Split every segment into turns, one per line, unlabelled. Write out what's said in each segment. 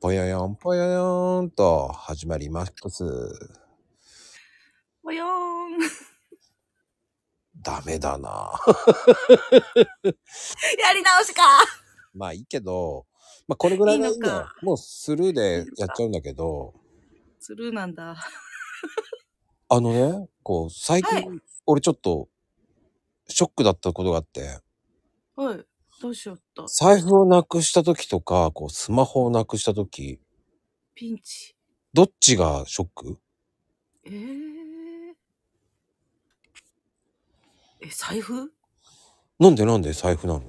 ぽよよんぽよよんと始まります。
ぽよーん。 や
ダメだな。
り直しか。
まあいいけど、まあこれぐらいがいいんだ
いいの
よ
か。
もうスルーでやっちゃうんだけど、
スルーなんだ。
あのね、こう最近、
はい
俺ちょっとショックだったことがあって、
はい。どうしよった
財布をなくした時とか、こうスマホをなくした時、
ピンチ。
どっちがショック
えー、え、財布
なんでなんで財布なの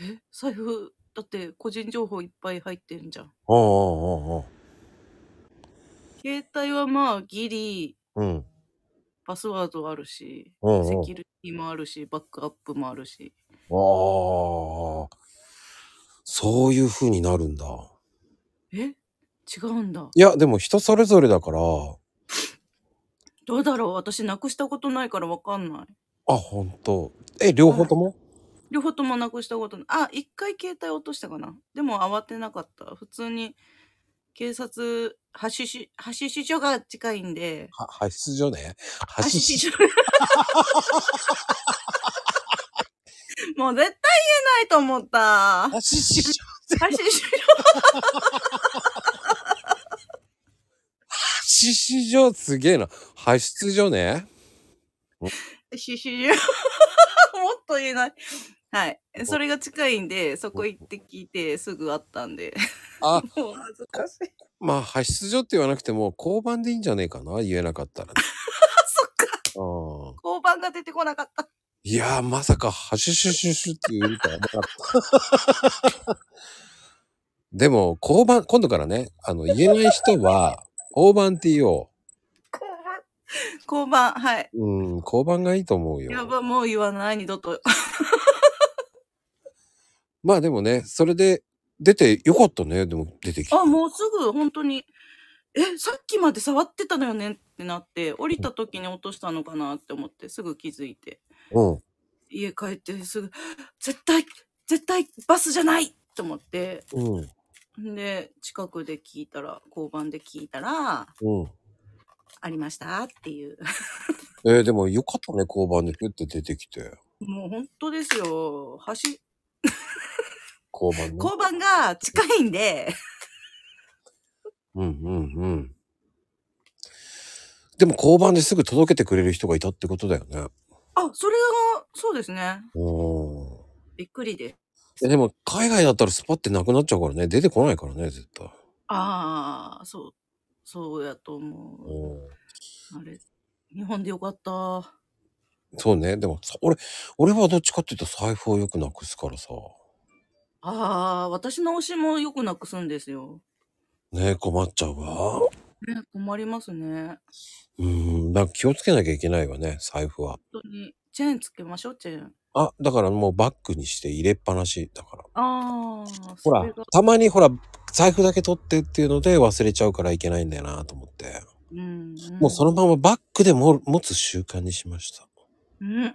え、財布だって個人情報いっぱい入ってんじゃん。
ああ、ああ、あ
携帯はまあギリ、
あ。うん。
パスワードあるし、
うんうん
セキュリティもあるし、バックアップもあるし。
ああ。そういう風になるんだ。
え違うんだ。
いや、でも人それぞれだから、あ、
どうだろう私なくしたことないからわかんない。
ほんと。え、両方とも、
両方ともなくしたことない。あ、一回携帯落としたかな。でも慌てなかった。普通に警察、発出し、発出所が近いんで。
は、派出所ね。派
発
出
出
所。
所。 もう絶対言えないと思った。
派出所。
発出所。
派出所すげえな。派出所ね。
発出所。 もっと言えない。はい。それが近いんで、そこ行って聞いて、すぐ会ったんで。
あ、
もう恥ずかしい。
まあ、派出所って言わなくても、交番でいいんじゃねえかな言えなかったら、ね。
あ、 そっか。
うん。
交番が出てこなかった。
いやー、まさか、ハシュシュシュシュって言うとは思わなかった。でも、交番、今度からね、あの、言えない人は、交番って言お
交番、はい。
う。うん、交番がいいと思う
や
よ。
ば、もう言わない、二度と。
まあでもね、それで、出てよかったね、でも出てきて。
あ、もうすぐ、本当に、え、さっきまで触ってたのよねってなって、降りた時に落としたのかなって思って、すぐ気づいて。
うん。
家帰ってすぐ、絶対、絶対バスじゃないと思って。
うん。
んで、近くで聞いたら、交番で聞いたら、
うん。
ありましたっていう。
えーでもよかったね、交番でふって出てきて。
もう本当ですよ。橋、
交番ね。
交番が近いんで、
うんうんうん。でも交番ですぐ届けてくれる人がいたってことだよね。
あ、それが、そうですね。
うん。
びっくりです。
えでも海外だったらスパってなくなっちゃうからね出てこないからね絶対、
ああ、そう、そうやと思う。あれ、日本でよかった。
そうねでもさ俺俺はどっちかっていうと財布をよくなくすからさ
ああ、私の推しもよくなくすんですよ。
ね困っちゃうわ
ね、困りますね。
うんだから気をつけなきゃいけないわね財布は
本当に。チェーンつけましょう、チェーン。
あだからもうバッグにして入れっぱなしだから
ああ、
ほ
そ
ら
れが
たまにほら財布だけ取ってっていうので忘れちゃうからいけないんだよなと思って
うん、うん。
もうそのままバッグでも持つ習慣にしました
うん。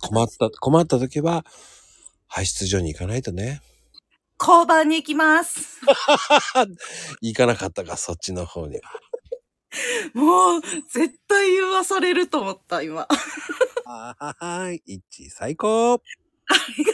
困った困った時は排出所に行かないとね
交番に行 きます。
行かなかったかそっちの方に
もう、絶対言わ されると思った、今。あ
はーい、一致最高。
りが